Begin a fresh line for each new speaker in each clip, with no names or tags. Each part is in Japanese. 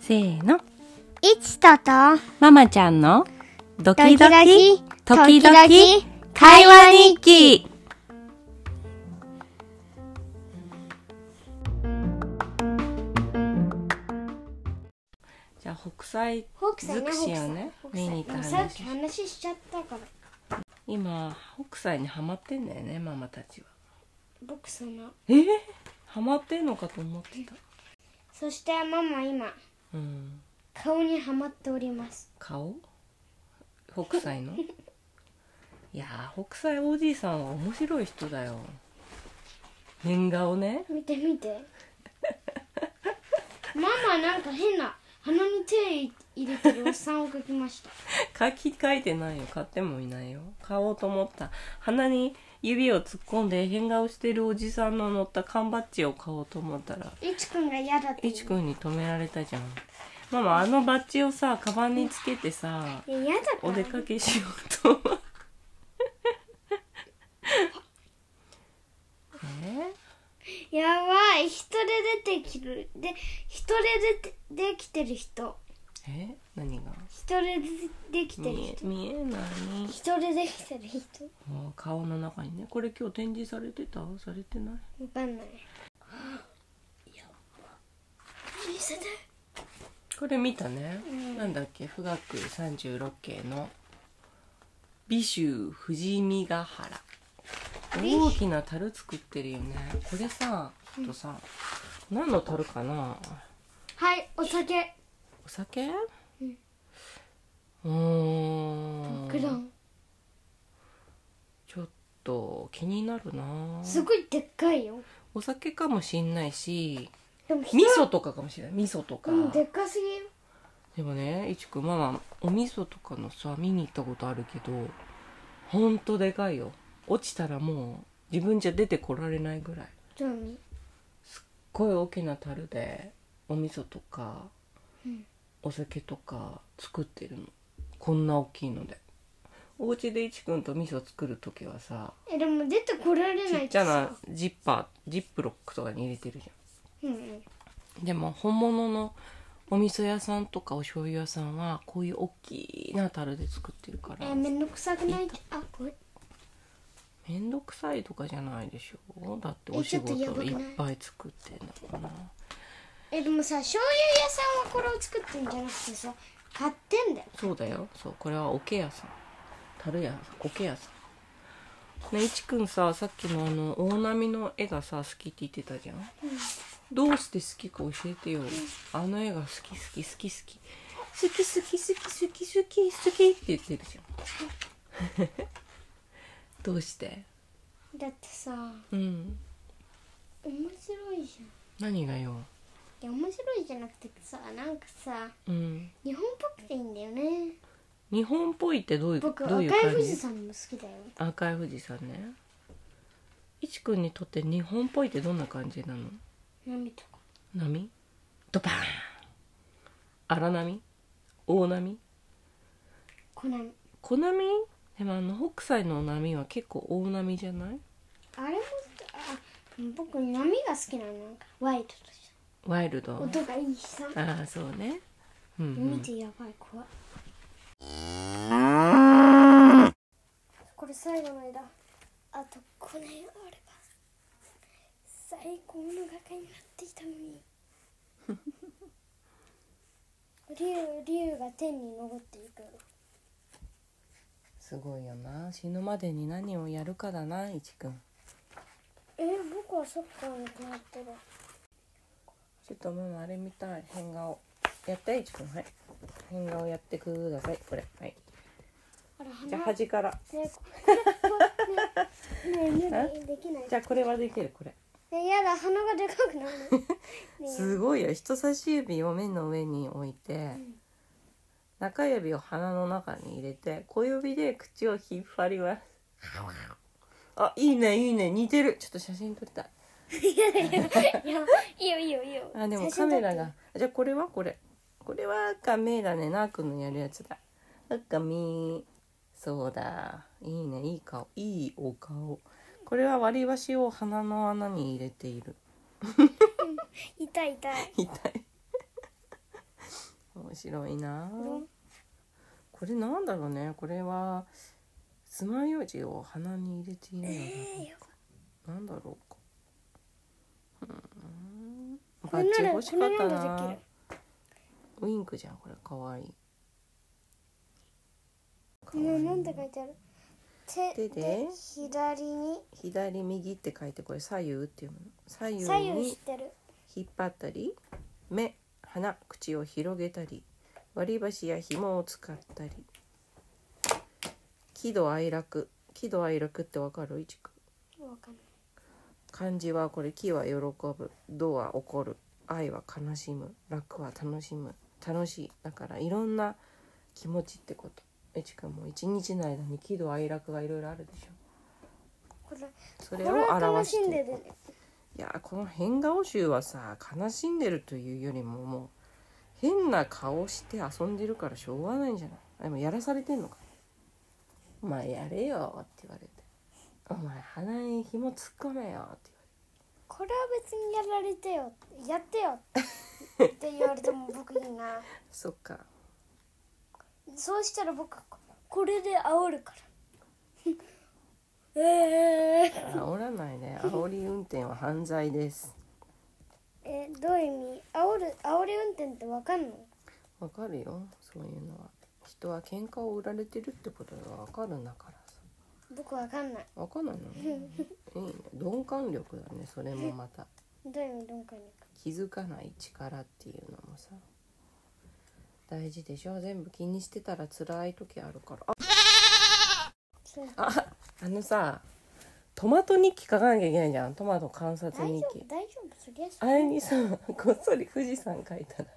せーの。
いちとと、
ママちゃんのドキド
ド
キ、時
キドキ
々、会話日記。じゃあ、北斎
北
尽くしをね、見に行った
さっ
話
き。話しちゃったから。
今、北斎にハマってんだよね、ママたちは。
僕その、
えー、ハマってんのかと思ってた。
そしてママ今、
うん。
顔にはまっております。
顔北斎のいやー北斎おじいさんは面白い人だよ変顔ね
見て 見て。ママなんか変な、鼻に手入れてるおっさんを描きました。
書き書いてないよ買ってもいないよ買おうと思った鼻に指を突っ込んで変顔してるおじさんの乗った缶バッジを買おうと思ったら
いちくんが嫌だって
い
言
ちくんに止められたじゃんママあのバッジをさカバンにつけてさ
う。いや嫌だから。
お出かけしようと 思うえ
やばい、人で出てきる。で、人で出て、できてる人。
え何が
人でできてる
見え
人。
見えない
人でできてる人。
もう顔の中にねこれ今日展示されてたされてない
わかんない。見せて。
これ見たね、
ん
なんだっけ富岳三十六景の美州富士見ヶ原
美
大きな樽作ってるよねこれさちょっとさ、何の樽かな
はい、お酒。
お酒
うん
うーん
クラン。
ちょっと気になるな
すごいでっかいよ。
お酒かもしんないし
でも人
味噌とかかもしれない味噌とか、
うん、でっかすぎよ。
でもねいちくんママお味噌とかのさ見に行ったことあるけどほんとでかいよ落ちたらもう自分じゃ出てこられないぐらい
興味。
声大きな樽でお味噌とか、
うん
お酒とか作ってるのこんな大きいのでお家でいちくんと味噌作る時はさ
え、でも出てこられ
ち
ない
っちゃな
さ。
ジッパージップロックとかに入れてるじゃん
うんうん。
でも本物のお味噌屋さんとかお醤油屋さんはこういう大きな樽で作ってるから
え、めんどくさくないあ、これ。
めんどくさいとかじゃないでしょだってお
えち
仕
ょっと
事
やばくない
いっぱい作ってんだから
え、でもさ、醤油屋さんはこれを作ってんじゃなくてさ、買ってんだよ。
そうだよそうこれは桶屋さん樽屋さん桶屋さんねいちくんささっきのあの大波の絵がさ好きって言ってたじゃん、どうして好きか教えてよ、あの絵が好き好き好き好き好き好き好き好き好き好きって言ってるじゃん どうして
だってさ、
うん
面白いじゃん。い
何がよ
や、面白いじゃなくてさ、なんかさ、
うん
日本っぽくていいんだよね。
日本っぽいってどういう
僕、
ど
赤
うい
いう
感じ
富士山も好きだよ。
赤い富士山ねいちくんにとって日本っぽいってどんな感じなの
波とか。
波ドバーン荒波大波
この波
小波でもあの北斎の波は結構大波じゃない
あれも、あ、僕、波が好きなの。なんか、ワイルドじゃん。
ワイルド
音がいいしさ
ああそうねうん、う
見
ん、
てやばい怖いこれ最後の絵だあとこの絵があれば最高の画家になっていたのに竜竜が天に昇っていく
すごいよな死ぬまでに何をやるかだないちくん
え僕はサッカーに決まってる
ちょっとママあれ見たい変顔やっていちくんはい変顔やってくださいこれはい
あら
じゃあ
鼻ね
端から
こねねねできない
じゃあこれはできるこれ
ねやだ鼻がでかくなるのね
すごいよ人差し指を目の上に置いて、中指を鼻の中に入れて小指で口を引っ張りますあいいねいいね似てるちょっと写真撮りたい
いやいいよいいよいいよ
あでも
写
カ
真撮っ
メ
て
ラがじゃあこれはこれこれは赤目だねなーくんのやるやつだ赤目そうだいいねいい顔いいお顔これは割り箸を鼻の穴に入れている
痛い痛い
痛い面白いなあ
うん
これなんだろうねこれは爪楊枝を鼻に入れているのだ
えーよ
なんだろうかうーん
こ
バ
れ
ッジ
なら
欲しかった
これならで
な
きる
ウインクじゃんこれかわいいかわ
もう
いい
なんて書いてある手
手
で
で
左に
左右って書いてこれ左右っていうの左右
左右
に
してる
引っ張ったり目鼻口を広げたり割り箸や紐を使ったり喜怒哀楽喜怒哀楽ってわかるいちく
わかんない
漢字はこれ喜は喜ぶ怒は怒る愛は悲しむ楽は楽しむ楽しいだからいろんな気持ちってことえちくんも一日の間に喜怒哀楽がいろいろあるでしょ
これ
そ
こ
れ
れ
を
は楽
表
し
し
ん
て
で
い
る
く
ね
いやーこの変顔集はさ悲しんでるというよりももう変な顔して遊んでるからしょうがないんじゃないあでもやらされてんのかお前やれよって言われてお前鼻に紐突っ込めよって言われて
これは別にやられてよやってよって言われても僕いいな
そっか
そうしたら僕これで煽るからえー、
煽らないね煽り運転は犯罪です
えどういう意味煽る煽り運転ってわかんの
わかるよそういうのは人は喧嘩を売られてるってことがわかるんだからさ
僕わかんない
わかんない のねいいね鈍感力だねそれもまた
どういう意味鈍感に
気づかない力っていうのもさ大事でしょ全部気にしてたら辛い時あるからあ
そう
ああのさトマト日記書かなきゃいけないじゃんトマト観察
大
日
丈
記
夫大丈夫そりゃ
あ
そ
れにさこっそり富士山書いたら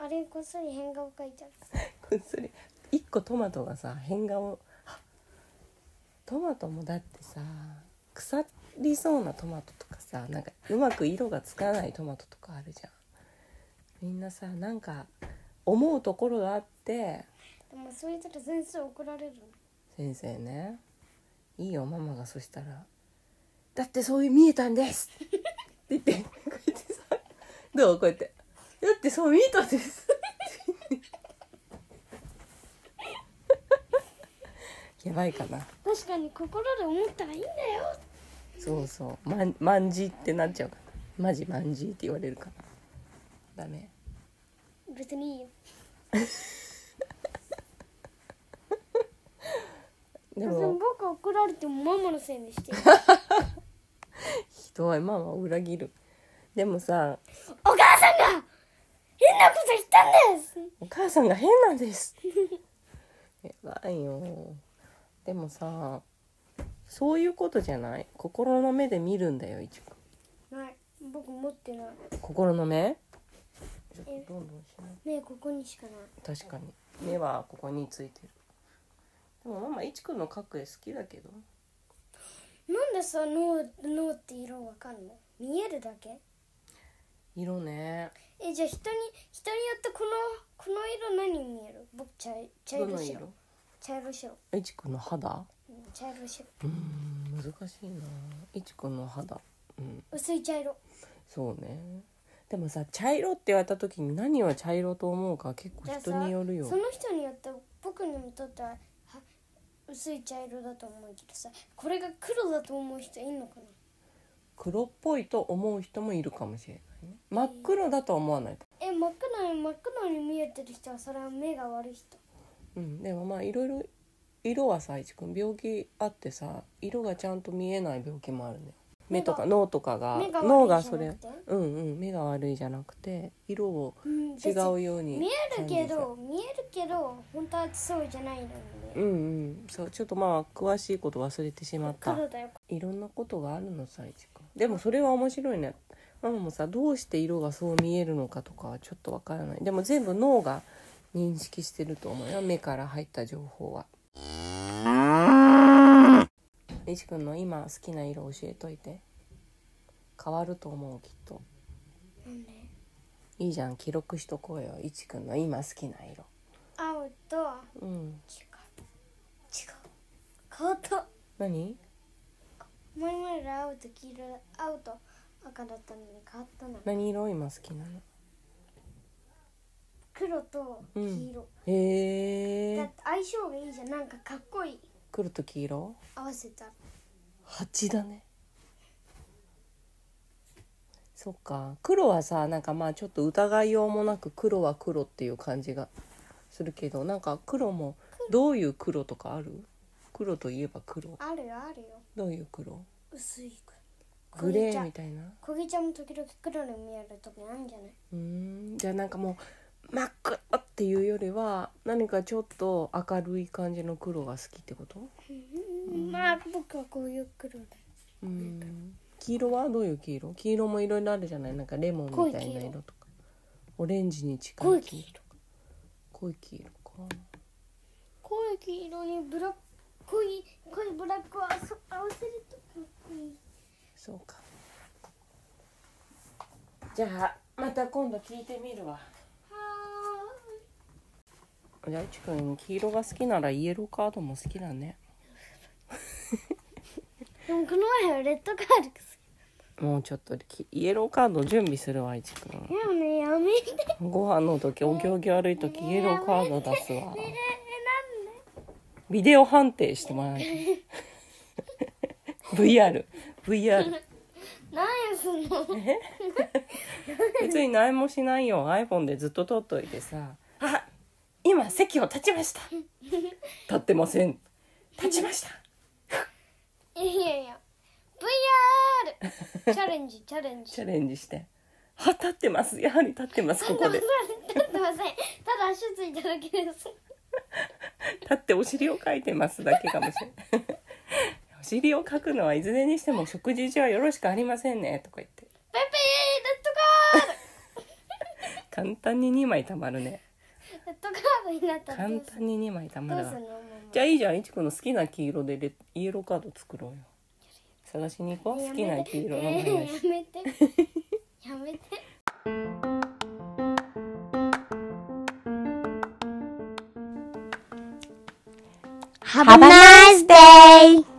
あれこっそり変顔書いちゃう
こっそり一個トマトがさ変顔あトマトもだってさ腐りそうなトマトとかさなんかうまく色がつかないトマトとかあるじゃんみんなさなんか思うところがあって
でもそう言ったら先生怒られる
先生ねいいよママがそしたら「だってそういう見えたんです」って言ってこうやってさどうこうやって「だってそう見えたんです」やばいかな
確かに心で思ったらいいんだよ
そうそうまんまんじってなっちゃうかなマジまんじって言われるかなダメ
別にいいよ
で
でも
も
僕は怒られてもママのせいに してる
ひどいママを裏切るでもさ
お母さんが変なこと言ったんです
お母さんが変なんですやばいよでもさそういうことじゃない心の目で見るんだよ一応
ない僕持ってない
心の目ちょっ
え
とどんどんしない
目ここにしかない
確かに目はここについてるでもママいちくんの描く絵好きだけど
なんでさ脳脳って色わかんの見えるだけ
色ね
えじゃあ人に人によってこのこの色何に見える僕茶い茶
ど
色
の
白
色
茶色白
いちくんの肌
うん茶色白
うーん難しいないちくんの肌うん
薄い茶色
そうねでもさ茶色って言われた時に何を茶色と思うか結
じゃ
構
あさ
人によるよ
その人によって僕にとってはは薄い茶色だと思うけどさこれが黒だと思う人いんのかな
黒っぽいと思う人もいるかもしれないね真っ黒だとは思わないと、
え真っ黒に真っ黒に見えてる人はそれは目が悪い人
うん、でもまあいろいろ色はさいちくん病気あってさ色がちゃんと見えない病気もあるね目とか脳とかが
目が
脳
悪
が
いじゃ
そ
な
れ
くて
うんうん目が悪いじゃなくて色を
うん
違
別
う
に
ように
見えるけ
感じさ
ど見えるけど本当はそうじゃないのに
う
ね
んうんそうちょっとまあ詳しいこと忘れてしまった
黒だよ
いろんなことがあるのさいちくんでもそれは面白いねママもさどうして色がそう見えるのかとかはちょっとわからないでも全部脳が認識してると思うよ目から入った情報はいちくんの今好きな色教えといて変わると思うきっと
なんで
いいじゃん記録しとこうよいちくんの今好きな色
青と違
う
う
ん
違う変わった
何
前々ら青と黄色青と赤だったのに変わったな
何色今好きなの
黒と黄色、
へ
だ
え
って相性がいいじゃんなんかかっこいい
黒と黄色
合わせたら
蜂だねそっか黒はさなんかまあちょっと疑いようもなく黒は黒っていう感じがするけどなんか黒もどういう黒とかある黒といえば黒
あるよあるよ
どういう黒
薄いか
グレーみたいな
小木ちゃんも時々黒に見える時あるんじゃないう
ーんじゃあなんかもう真っ黒っていうよりは何かちょっと明るい感じの黒が好きってこと
まあ僕はこういう黒だ
うーん黄色はどういう黄色黄色もいろいろあるじゃないなんかレモンみたいな
濃い黄
色
色
とかオレンジに近
濃
い
い黄色
濃い黄色か
濃い黄色にブラック濃い濃いブラックを合わせ合わせるとかっこいい
そうかじゃあまた今度聞いてみるわ
は
じゃあいちくん黄色が好きならイエローカードも好きだね
ーいでもこの前はレッドカードが
もうちょっときイエローカード準備するわいちくん
好きでもねやめて
ご飯の時お行儀悪い時イエローカード出すわ
えー、なんで
ビデオ判定してもらわないと VRVR
何すんの
別に何もしないよ iPhone でずっと撮っといてさ「あ今席を立ちま した」「立ってません」「立ちました
いやいや VR チャレンジチャレン」ジ
チャレンジして「は立ってますやはり立ってますここで
立ってませんただ足ついただけです
立ってお尻をかいてます」だけかもしれない お尻をかくのはいずれにしても食事中はよろしくありませんねとか言って
ペペ
簡単に2枚たまるね
ーレッドカードレッドカードになったらど
簡
うす
単に2枚たま
どう
る
す
わ
るのマ
じゃあいいじゃんいちくんの好きな黄色でレイエローカード作ろうよ探しに行こ
マ
う好きな黄色の
やめて
話
やめてやめて
ハブナイスデイ